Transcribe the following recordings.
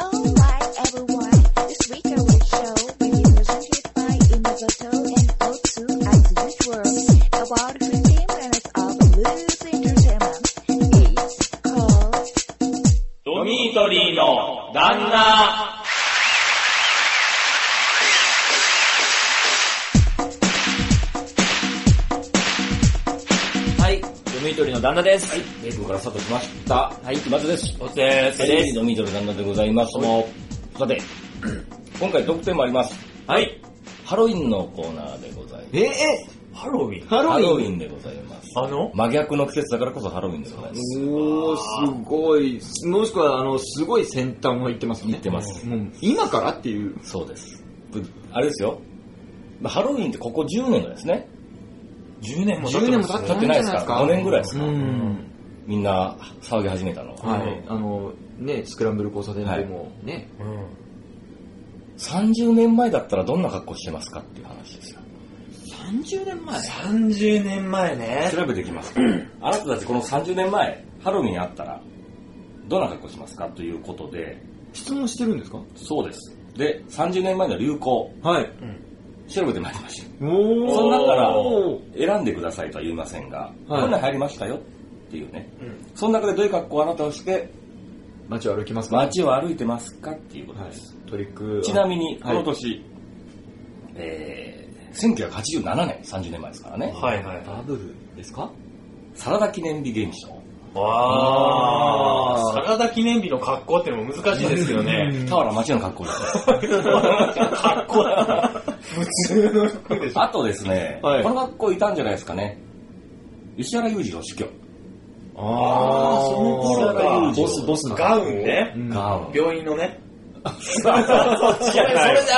Oh my everyone, this week I will show many presented by Inazoto and O2 as usual about 15 minutes of loose entertainment. It's called ドミートリーの旦那。はい。ドミートリーの旦那です。はい。メイクからスタートしました。はい。松です。松です。はい。ドミートリーの旦那でございますもさ て、今回特典もあります。はい。ハロウィンのコーナーでございます。えハロウィンハロウィンでございます。あの真逆の季節だからこそハロウィンでございます。おー、すごい。もしくは、あの、すごい先端を行ってますね。行ってますうん今からっていう。そうです。ぶあれですよ。まあハロウィンってここ10年ぐらいですね。 ?10 年も経っ10て年まもす経ねってないんじゃないですか。 5年ぐらいですかうん。みんな騒ぎ始めたの。はい。あの、ね、スクランブル交差点でも、ね。うん30年前だったらどんな格好してますかっていう話ですよ。 30年前30年前ね。調べてきますからあなたたちこの30年前、ハロウィンあったら、どんな格好しますかということで、質問してるんですかそうです。で、30年前の流行、はい。調べてまいりました。おー。その中からおー選んでくださいとは言いませんが、はいこんなん流行りましたよっていうね。うんその中でどういう格好をあなたをして、街を歩きますか街を歩いてますかっていうことはです。い。トリック。ちなみに、こはいの年、えー、1987年、30年前ですからね、はいはいバはブルですかサラダ記念日現象。い。わー。あーサラダ記念日の格好ってのも難しいですよね。俵町の格好です。 格好だ。普通の服でしょ。あとですね、はいこの学校いたんじゃないですかね。石原裕次郎死去。あーその頃かボス、ボスのガウンねうんガウン。病院のね。それそれで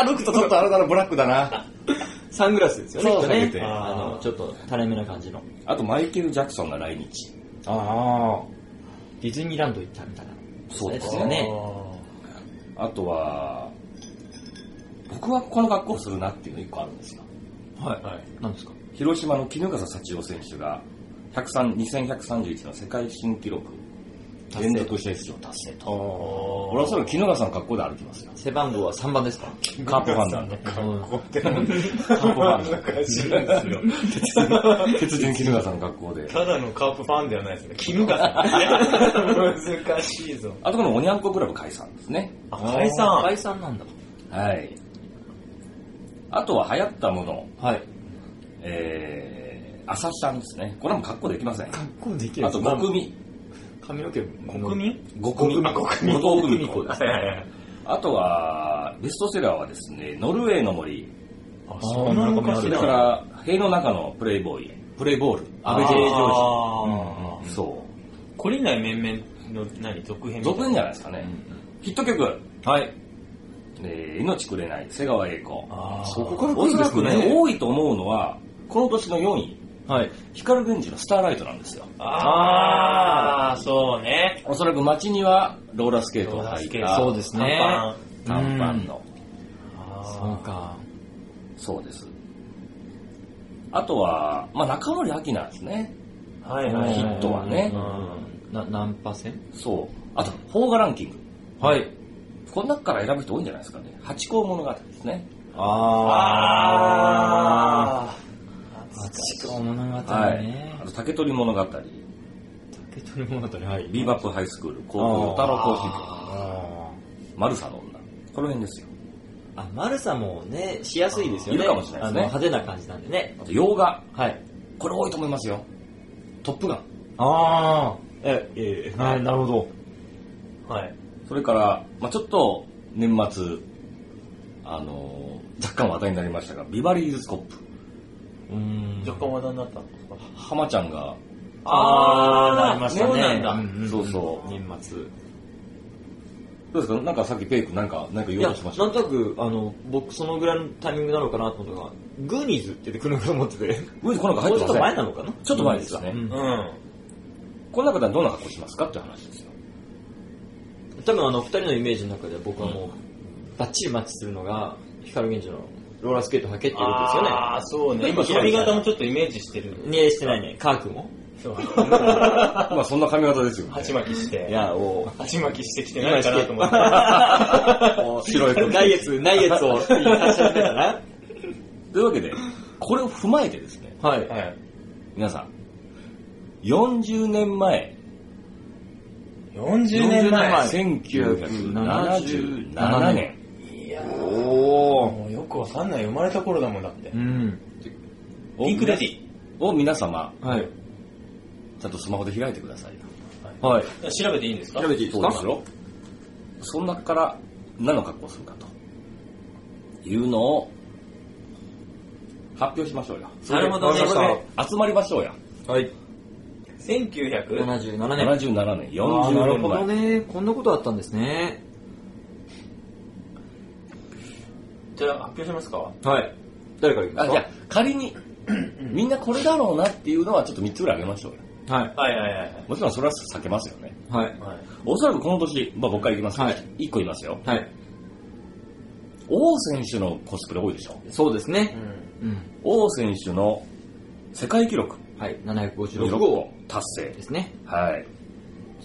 歩くとちょっとあれだな、ブラックだな。サングラスですよね。そうきっとねかけてあの、ちょっと垂れ目な感じの。あとマイケル・ジャクソンが来日。ああ。ディズニーランド行ったみたいな。そうですよよねあとは、僕はこの学校するなっていうの一個あるんですよ。はい。はい。なんですか広島の衣笠幸男選手が103 2131の世界新記録連続して出場達成と。俺はそれ衣笠の格好で歩きますよ。背番号は3番ですかカープファンなんで。格好ってのもカープファンなんで。難しいですよ。 鉄人衣笠の格好で。ただのカープファンではないですね。絹がさん。 難しいぞ。あとこのおにゃんこクラブ解散ですね。あ解散。解散なんだ。はい。あとは流行ったもの、はい。えー、朝シャンですね。これはもう格好できません。格好できあと、ご国組。髪の毛も国民ご組。ご組ご組ご組子ですはいはいはい。あとは、ベストセラーはですね、ノルウェーの森。あ、そんな昔だから、塀の中のプレイボーイ。プレイボール。安倍 J ジョョージ。そ懲りない面々の何続編う。みたい続な編じゃないですかね。ヒット曲。はい。えー、命くれない、瀬川栄子。あーそこから来おるんそでらすくねね、多いと思うのは、この年の4位、はい。光源氏のスターライトなんですよ。あー、そうね。おそらく街にはローラースケートをローラ履ースいケーたトそうですね。短短パンの、そうあか。そうです。あとは、まあ、中森明菜ですね。ーはいはい。ヒットはねうんな、何パーセンそう。あと、邦画ランキング。はい。この中から選ぶ人多いんじゃないですかね。八甲物語ですね。ああー。あちか物語はい。あね。と、竹取物語、竹取物語、はい。ビーバップハイスクール、高校太郎コーヒーあマルサの女。この辺ですよ。ー。あ、マルサもね、しやすいですよね。いるかもしれないですねあの派手な感じなんでね。あと、洋画。はい。これ多いと思いますよ。トップガン。ああ。え、え、はい、なるほど。ー。はい。それから、まあちょっと年末、あのー若干話題になりましたが、ビバリーヒルズコップ。うーん若干話題になったんですか浜ちゃんが、あー、なりましたね。そうなんだ。んんそうそう年末。どうですかなんかさっきペイ君なんか、なんかい言や、おうなとんしました。となく、あの、僕、そのぐらいのタイミングなのかなと思ったのが、グーニーズって出てくるのかと思ってて、無事この中入もうっちょてっませと前んなのかなちょっと前ですよねうんうん。この中ではどんな格好しますかっていう話です よ。多分、あの、二人のイメージの中では僕はもう、バッチリマッチするのが、光源氏のローラースケート履けっていうことですよあー、そうね。今今、髪型もちょっとイメージしてる。ね。ねしてないね。カークもそう。まあそんな髪型ですよね。鉢巻きして。いや、おう鉢巻きしてきてないかなと思って。おう白い 子ないやつ、ないや つを言い出し始めたな。というわけで、これを踏まえてですね、はい。 はい。皆さん、40年前、 40年前。 1977年、いやおもうよくわかんない。生まれた頃だもんだって う。ん。ピンクレディを皆様、はい。ちゃんとスマホで開いてくださいよ。はい。調べていいんですか調べていいですかそうよ。その中から何の格好をするかというのを発表しましょうよ。なるほどねそれで集まりましょうや。はい。 1900 77年。 77年、あーな40る年ほど前。ね。こんなことあったんですね。じゃあ発表しますかはい。誰からいきまあ、すじゃあ仮 に、みんなこれだろうなっていうのはちょっと3つぐらいあげましょうよ。かはい。はいはいはいもちろんそれは避けますよね。はい。はい。おそらくこの年、まあ僕からいきますけど、はい1個言いますよ。はい。王選手のコスプレ多いでしょ。そうですうね。ん。うん。王選手の世界記録、はい。756 6号号達成で。すね。はい。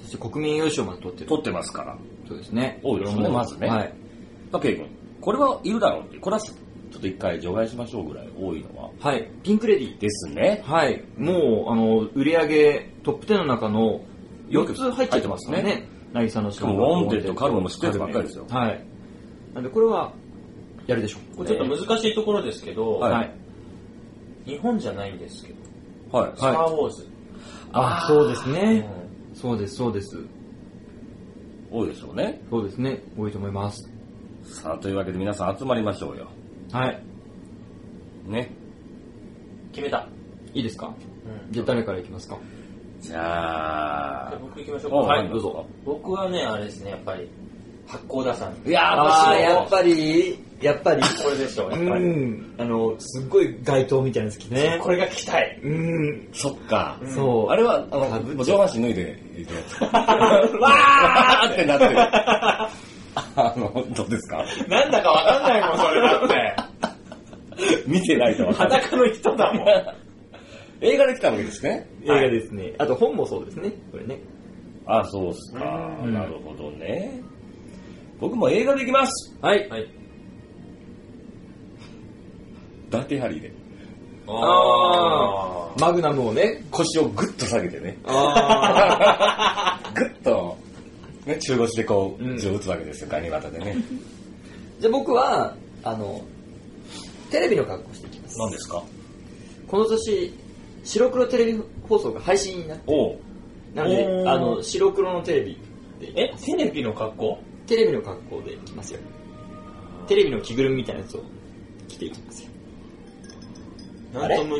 そして国民栄誉賞まで取ってる。取ってますから。そうですね。多いですねまずねはい。まあ、ケイ君、これはいるだろうって、これはちょっと一回除外しましょうぐらい多いのは。はい。ピンクレディ。ですね。はい。もう、あの、売り上げトップ10の中の4つ入っちゃってますから入ね。渚のししかも、ウォンテッド、カルマも知ってるばっかりですよ。はい。なんで、これは、やるでしょう。これちょっと難しいところですけど、はいはい。日本じゃないんですけど、はい。スター・ウォーズ。ああーそうですうね。んそうです、そうです。多いでしょうね。そうですね。多いと思います。さあ、というわけで皆さん集まりましょうよ。はい。ね。決めた。いいですかうんじゃあ誰からいきますかじゃじゃああ、僕行きましょうか。おはい何どうぞ。僕はね、あれですね、やっぱり、八甲田さん。いやーやっぱり、やっぱり、これでしょう、やっぱり。ん。あの、すっごい街灯みたいなの好きねこれが聞きたい。うん。そっか。そう。あれは、あかの、ぶっもう上半身脱いで、いくやつわーってなってる。 あの、どうですかなんだかわかんないもん、それだって。見てないとわかんない。裸の人だもん。 映画で来たわけですね。映画ですね。あと本もそうですね。これね。あ、そうっすか。うんなるほどね。僕も映画で行きますはい。はい。ダーティハリーで。あー。マグナムをね。腰をぐっと下げてね、あぐっと、ね、中腰でこうう、ん銃を撃つわけですよ、ガニ股でね。 じゃあ僕は、あの、テレビの格好していきます。何ですかこの年、白黒テレビ放送が配信になって、おうなのでお、ーあの、白黒のテレビで、え、テレビの格好テレビの格好でいきますよ。テレビの着ぐるみみたいなやつを着ていきますよ。あなんれとも、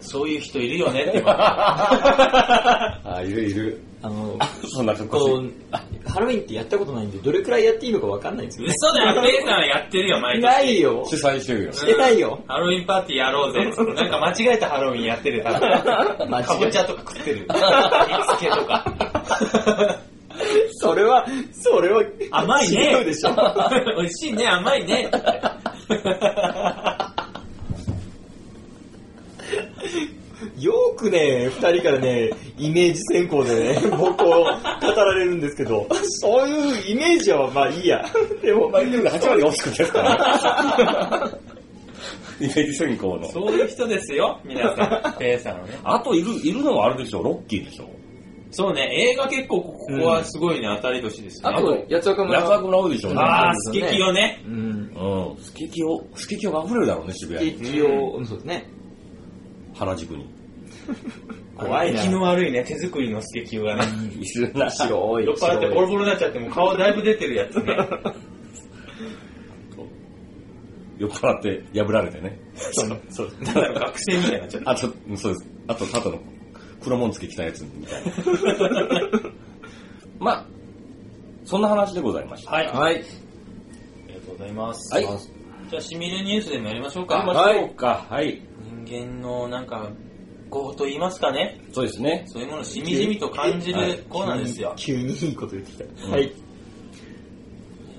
そういう人いるよ ねって今。あ、いるいる。あの、そんな格好こして。う、ハロウィンってやったことないんで、どれくらいやっていいのかわかんないんですよね。嘘だよ、ペーさんやってるよ、毎年。ないよ。主催してるよ。してないよ。ハロウィンパーティーや ろうぜっつって。なんか間違えたハロウィンやってる、多 分。間違えたかぼちゃとか食ってる。煮つけとか。 それは、それは、甘いね。違うでしょ。 美味しいね、甘い ね。よくね、二人からね、イメージ選考でね、僕を語られるんですけど、そういうイメージはまあいいや。でも、まあ、でも8割が惜しくてですから ね。イメージ選考の。そういう人ですよ、皆さん。ペイさんはね。あといる、いるのはあれでしょ、ロッキーでしょ。そうね、映画結構ここはすごいね、当たり年ですね。あと、八つ岡村。中村多いでしょ、ね。あー、スケキヨね。うん。うん。スケキヨ、スケキヨが溢れるだろうね、渋谷に。一応、そうですね。原宿に。怖いな気の悪いね、手作りのスケキヨがね。いるな。白酔っ払ってボロボロになっちゃって、もう顔だいぶ出てるやつね。酔っ払って破られてね。そう。なんだろう、学生みたいになっち ゃった。あと、そうです。あと、ただの黒紋付き着たやつみたいな。まあ、そんな話でございました。はい。はい。ありがとうございます。はい。じゃあ、しみれニュースでもやりましょう行きか。ましょうか。はい。人間の、なんか、業と言いますかね。そうですね。そういうものをしみじみと感じはいるコーナーですよ。急にいいこと言ってきた。うんはい。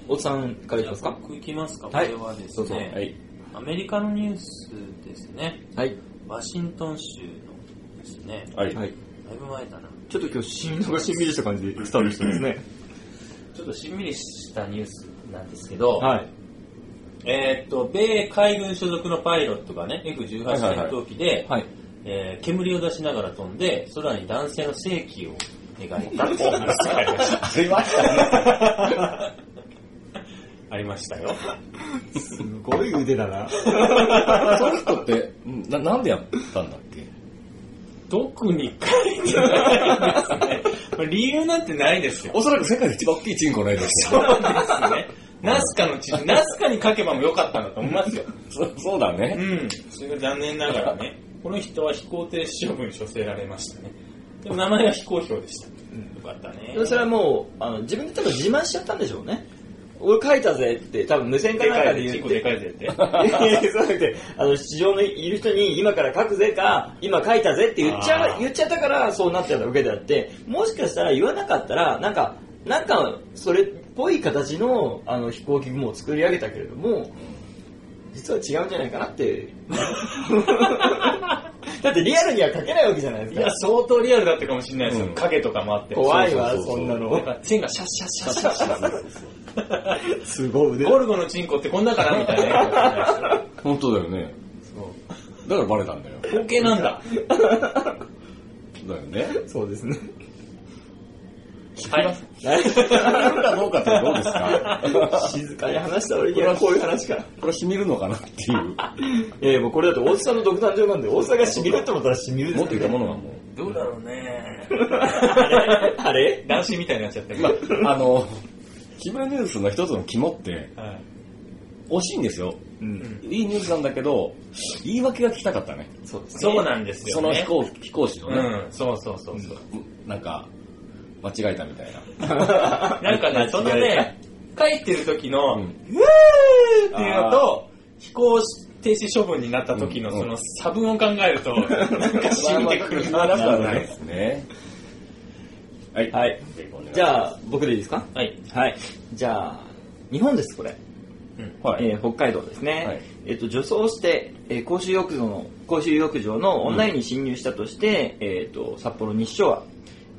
おつさんからいきますか僕行きますか。こはいれはですどうねは、い。アメリカのニュースですね。はい。ワシントン州のですね、はい。はい。だいぶ前だな。ちょっと今日、しん、なんかしんみりした感じでスタートしてますね。ちょっとしんみりしたニュースなんですけど、はい。えーっと、米海軍所属のパイロットがね、F18 はいはいはい戦闘機で、はい。えー煙を出しながら飛んで、空に男性の性器を描いたっていう話がありま した。ありましたね。ありましたよ。すごい腕だな。その人って、うんな、なんでやったんだっけ特に書いてないですね。理由なんてないですよ。おそらく世界で一番大きいチンコないですよ。 そうですね。ナスカの地図、ナスカに書けばもよかったんだと思いますよ。そそうだうね。ん。それが残念ながらね、この人は飛行停止処分に処せられましたね。でも名前は非公表でした。よかったね。それはもう、あの、自分で多分自慢しちゃったんでしょうね。俺書いたぜって、多分無線かでなんかかでいで、チ言ンっコてで。かいぜっ て。いやいや、そうじゃなくて、あの、市場のいる人に、今から書くぜか、今書いたぜって言っちあゃーう、言っちゃったから、そうなっちゃったわけであって、もしかしたら言わなかったら、なんか、なんか、それっぽい形の、あの、飛行機雲を作り上げたけれども、実は違うんじゃないかなって。だってリアルには書けないわけじゃないでいすやか、。相当リアルだったかもしれないですうよ。ん影とかもあって。怖いわ、そうそうそうそんななんの。か、チンがシャッシャッシャッシャッシャッ シすごい腕ャッ。ゴルゴのチンコってこんなかなみたいなね。本当だよね。だからバレたんだよ。光景なんだ。だよね。そうですね。はい。染みるかどうかってどうですか 静かに話した割にはこういう話か。これ染みるのかなっていう。いやいや、もうこれだと大津さんの独壇場なんで、大津さんがしみると思ったらしみる 持っていたものがもどうだろうね。 あれ 男子みたいになっちゃったけう。ど。まあ、あの、キムニュースの一つの肝って、はい惜しいんですよ。うん。いいニュースなんだけど、言い訳が聞きたかったね。そうです。そうなんですそよのね。飛行飛行士のね、うん、そうそうそうそう。なんか、間違えたみたいな。なんかね、そのね、書いてる時の、ううんーっていうのと、飛行停止処分になった時のうんその差分を考えると、なんか染みてくるまあまあなまあとまあなはいね。ですね。はい。はい。じゃあ、僕でいいですかはい。はい。じゃあ、日本です、これ。あ、はい。えー北海道ですね。はいえっと、女装して、えー公衆浴場の、公衆浴場の女湯に侵入したとして、えっと、札幌西署は、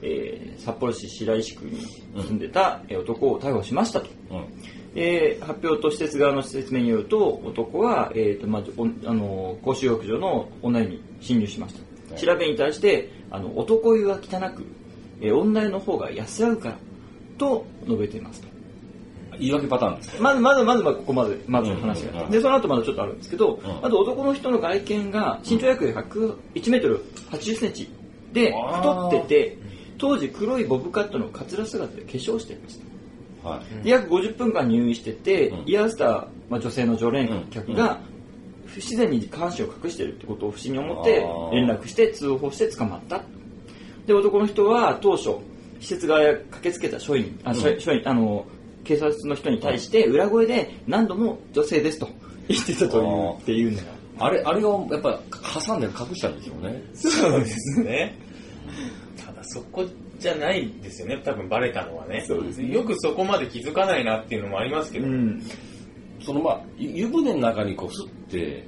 えー札幌市白石区に住んでた、えー男を逮捕しましたと。うんえー発表と施設側の説明によると男は、えーとまあおあのー公衆浴場の女湯に侵入しましはたい調べに対してあの男湯は汚く、えー女湯の方が安らぐからと述べていますと言い訳パターンです。まずまずまずはここまでまず話うんうんが、うんでその後まだちょっとあるんですけど、んまず男の人の外見が身長約1 0 1センチであー太ってて当時黒いボブカットのカツラ姿で化粧していましたはで約50分間入院してて、うん居合わせた、まあ、女性の常連客うが、不自然に下半身を隠してるってことを不審に思ってあー連絡して通報して捕まったで男の人は当初施設側が駆けつけた署員あ署うん署員あの警察の人に対して裏声で何度も女性ですと言ってたとあいうーっていうのがい。あれ、あれをやっぱ挟んで隠したんでしょうね。そうですね。ただそこじゃないんですよね、多分バレたのはね。そうですねよくそこまで気づかないなっていうのもありますけうど。んそのまあ、ゆ湯船の中にこう、すって、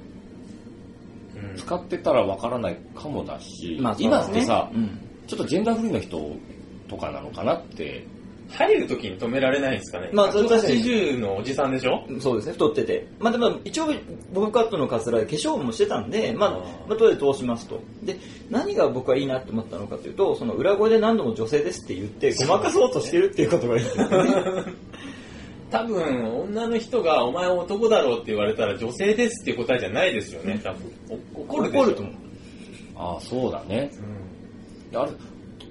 うん使ってたらわからないかもだし、まあそう今でっすねてさ、うんちょっとジェンダーフリーの人とかなのかなって、入る時に止められないんですかね。まあそれ確かに80のおじさんでしょそうですね、太ってて。まあでも、一応、ボブカットのカツラで化粧もしてたんで、まああー、まあ、とりあえず通しますと。で、何が僕はいいなと思ったのかというと、その裏声で何度も女性ですって言って、ごまかそうとしてるっていうことがいいですね。多分、女の人が、お前男だろうって言われたら、女性ですっていう答えじゃないですよね、多分。お怒るでしょ。怒ると思う。ああ、そうだね。うんあれ、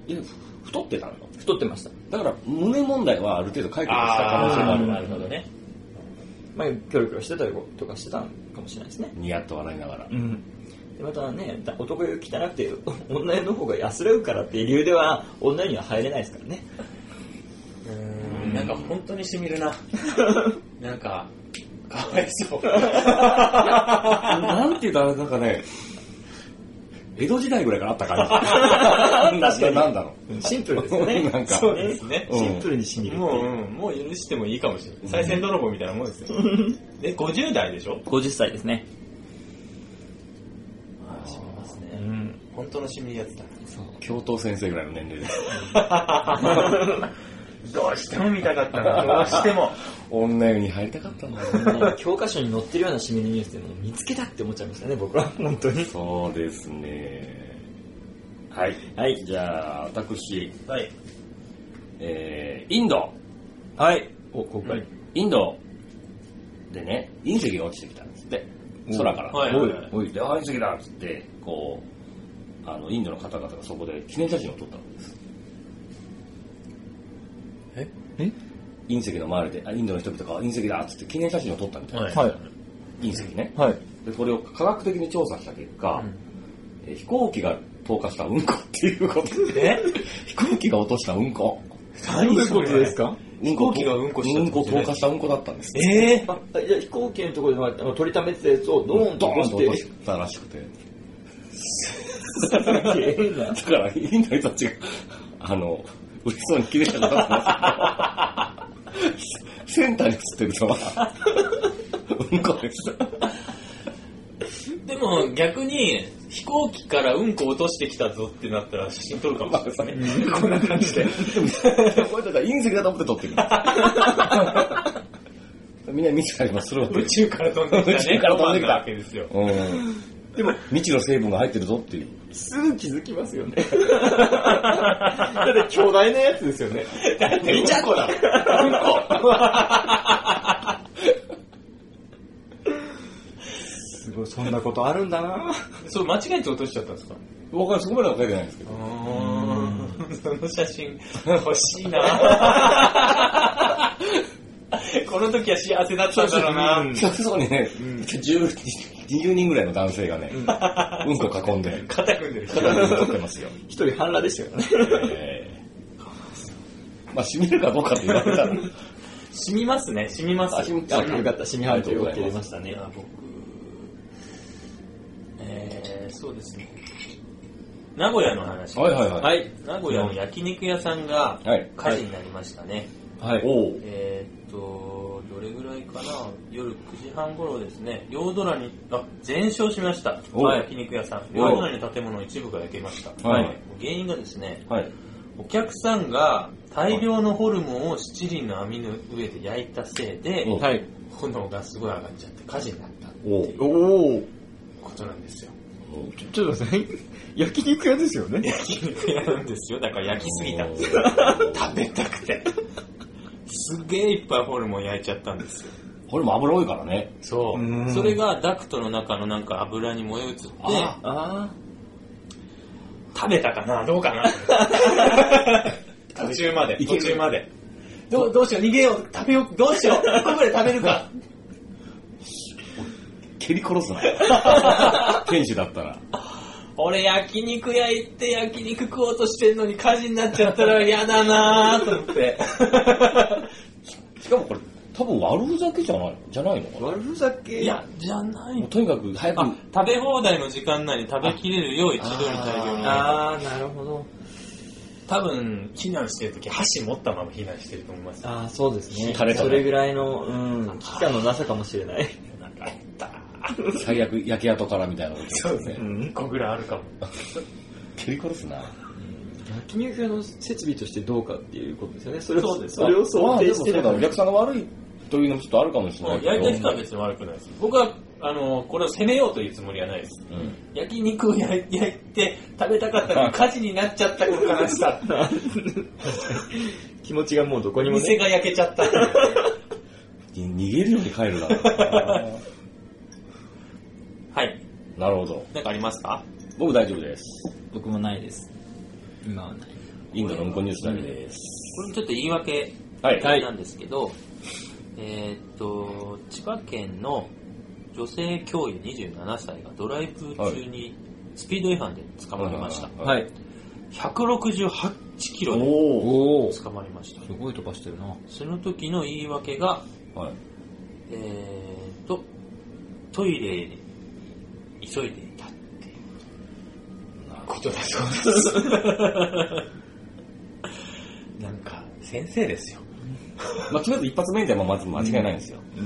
え太ってたの太ってました。だから、胸問題はある程度解決した可能性があああ、る。なるほどね。まあ、キョロキョロしてたりとかしてたのかもしれないですね。ニヤッと笑いながらう。ん。でまたね、だ男湯汚くて、 女湯の方が安らぐからっていう理由では、女湯には入れないですからね。うんなんか本当にしみる な。なんか、かわいそう。なんて言うとあれなんかね、江戸時代ぐらいからあった感じ。確かに。なんだろシンプルですよね。なんかそうでね。すね。うんシンプルにしみるってもう、いう。うん、もう許してもいいかもしれない。再選泥棒みたいなもん ですよ。で、50代でしょ50歳ですね。ああ、しみますう。ん。本楽しみにやってた教頭先生ぐらいの年齢で。どうしても見たかったな、 どうしても。女湯に入りたかったんだね。教科書に載ってるようなしみりニュースでもう見つけたって思っちゃいましたね、僕は。 本当に。そうですね。はい。はいじゃあ、私、はい。えー、インド。はい。お、今回インドでね、隕石が落ちてきたんですって。空から。はいおい、おい、で、あ隕石だっつって、こう、あの、インドの方々がそこで記念写真を撮ったんです。ええ隕石の周りで、あインドの人々が隕石だっつって記念写真を撮ったみたいな。はいはい。隕石ね。はい。で、これを科学的に調査した結果、うんえー飛行機が投下したうんこっていうことで、 飛行機が落としたうんこ。何どういうことですかかうんこ飛行機がうんこしたうってんこことね投下したうんこだったんです。ええあじゃあ飛行機のところであの取りためてたやつをドーンとドーンと落落ととし してたらしくて。て。ええなだから、インドの人たちが、あの、嬉しそうに綺麗なことしてますけどセンターに映ってるのは、うんこ です。でも逆に、飛行機からうんこ落としてきたぞってなったら写真撮るかもしれないですね。こんな感じで。これだから隕石だと思って撮 ってるんです。みんな見たりもするわけ宇です。宙から飛んできたね。宇宙から飛んできたロマンなわけですよ。うん。でも、未知の成分が入ってるぞっていう。すぐ気づきます よね。だって巨大なやつですよね。だってうんこだ。 すごい、そんなことあるんだなそう、間違えて落としちゃったんですか僕はそこまでは書いてないんですけど。その写真欲しい なこの時は幸せだったんだろうな、うんそうそうにね、10 20人ぐらいの男性が ね、うんこ囲んで、肩組んでる人肩に取ってますよ。一人半裸でしたよね。えーまあ、染みるかどうかって言われ たら、染みますね染みますあ染みあうんよかった、シミハンとよく出ましたね。僕えー、そうですね名古屋の話はいはいはいい名古屋の焼肉屋さんがはい火事になりましたね、はい、おうえーっとどれぐらいかな夜9時半頃ですね両ドラにあ全焼しましたおう焼肉屋さんおう両ドラに建物の一部が焼けました、はい原因がですねはい。お客さんが大量のホルモンを七輪の網の上で焼いたせいで、おうはい。炎がすごい上がっちゃって火事になったっておういうおお。ことなんです よちょちょっと待って、焼肉屋ですよね。焼肉屋なんですよだから焼きすぎたんですよ食べたくてすげえいっぱいホルモン焼いちゃったんですよこれも油多いからね。そうう。んそれがダクトの中のなんか油に燃え移って、ああ食べたかなどうかな 途中まで、いけ途る中まで。どうどうしよう、逃げよう、食べよう、どうしよう、 ここまで食べるか。蹴り殺すな。 天使だったら。俺焼肉屋行って焼肉食おうとしてんのに火事になっちゃったら嫌だなぁと思って。しかもこれ、多分悪ふざけじゃないじゃないのかあ。な。悪ふざけ。いや、じゃないもうとにかく早くあ、食べ放題の時間内に食べきれるよう一度に大量に。あー、なるほど。多分、避難してる時箸持ったまま避難してると思います。ああ、そうですね。垂れたねそれぐらいの、うん、危機感のなさかもしれない。なんかあった。最悪焼け跡からみたいなことそうですね。ん2個ぐらいあるかも。蹴り殺すな。焼肉屋の設備としてどうかっていうことですよね。それそうを、ですそれを想定してまあでもそうだおる。客さんが悪いというのもちょっとあるかもしれないうんけど。焼いた人は別に悪くないです。僕は、あの、これを責めようというつもりはないです。うん焼肉を焼い焼いて食べたかったのに火事に なっちゃったこと悲しさ。気持ちがもうどこにも店ね。が焼けちゃった。逃げるように帰るだろうはい。な。なるほど。なんかありますか僕大丈夫です。僕もないです。今はない。インドのうんこニュースだけです。これちょっと言い訳はい。なんですけど、えーっと、千葉県の女性教諭27歳がドライブ中にスピード違反で捕まりました。はい。い。 168キロでおおお。す捕まりました。ごい飛ばしてるな。その時の言い訳が、お。はい。えー、と、トイレに急いでいたっていうことだそうです。 なんか、先生ですよ。まあ、とりあえず一発目ではまず間違いないんですよ。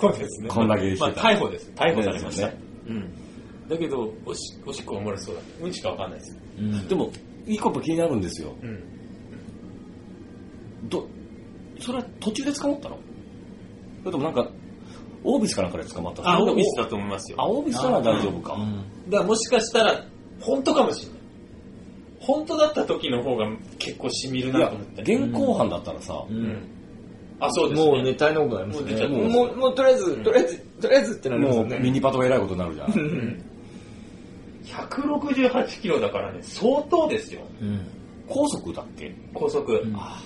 そうですねこんだけ言ってまあ、た逮捕です。逮捕されました。ねうん。だけど、おしおしっこは漏れそうだ。うんちかわかんないですよ。うんでも、いいこと気になるんですよ。うん。ど、それは途中で捕まったのそれともなんか、オービスかなんかで捕まったのあ、オービスだと思いますよ。あ、オービスなら大丈夫か。だからもしかしたら、本当かもしれない。本当だった時の方が結構しみるいなやと思っ、て。現行犯だったらさ、う。うんん。あ、そうですね。もうね、大変なことになりますね。ももう出う、ちゃもっう、とりあえず、とりあえず、とりあえずってなりますもようね。ミニパトが偉いことになるじゃん。うん。168キロだからね、相当ですよ。うん。高速だっけ高速。んあ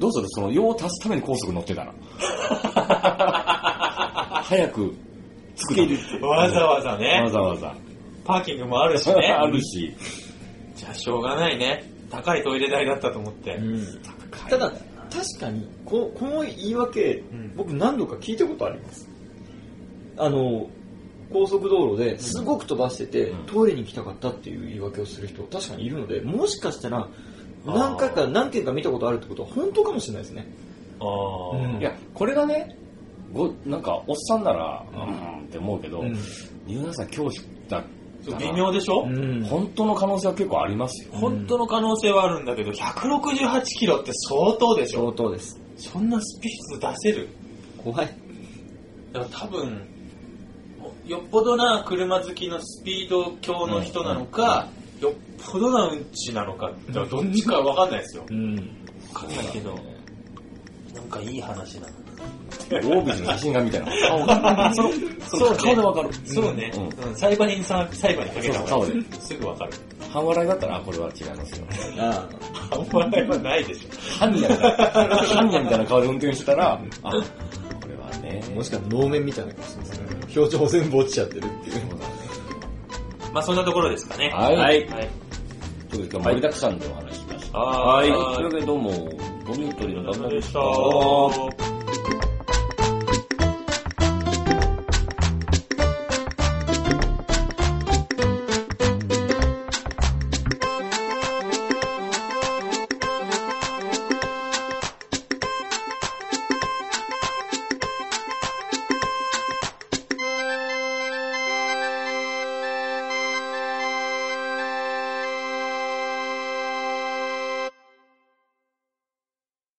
どうするその用を足すために高速乗ってたら。早く着くためわざわざねわ。ざわざ。パーキングもあるしね。 あるし。じゃあしょうがないね。高いトイレ代だったと思って。ただ、確かにこ、この言い訳ん、僕何度か聞いたことあります。あの、高速道路ですごく飛ばしててうん、トイレに行きたかったっていう言い訳をする人、確かにいるので、もしかしたら、あー何回か何件か見たことあるってことは本当かもしれないですね。ああ、うんいや、これがね、ごなんか、おっさんなら、うーんって思うけど、皆さん教師だったそうら微妙でしょ、うん本当の可能性は結構ありますよ。本当の可能性はあるんだけど、168キロって相当でしょ相当です。そんなスピード出せる怖い。だから多分、もうよっぽどな車好きのスピード強の人なのか、よっぽどなうんちなのか、だからどっちかわかんないですよ。うん。わかんないけど、なんかいい話だな。オービスの写真がみたいな。顔 が。そう、そう、顔でわかる。そうね、ううんサイバリンさん、サイバリンかけた方がそうそうすぐわかる。半笑いだったら、あこれは違いますよ。ああんまりはないでし半夜みたいな、半夜みたいな顔で運転してたら、あ、これはね、あ、もしかしたら能面みたいな感じですね。表情全部落ちちゃってるっていう。ょ。まあそんなところですかね。はいはい。はいちょっと今日盛りだくさんでお話ししました。はいというわけでどうも、ゴミ取りのお旦疲那れ様ででししたた。。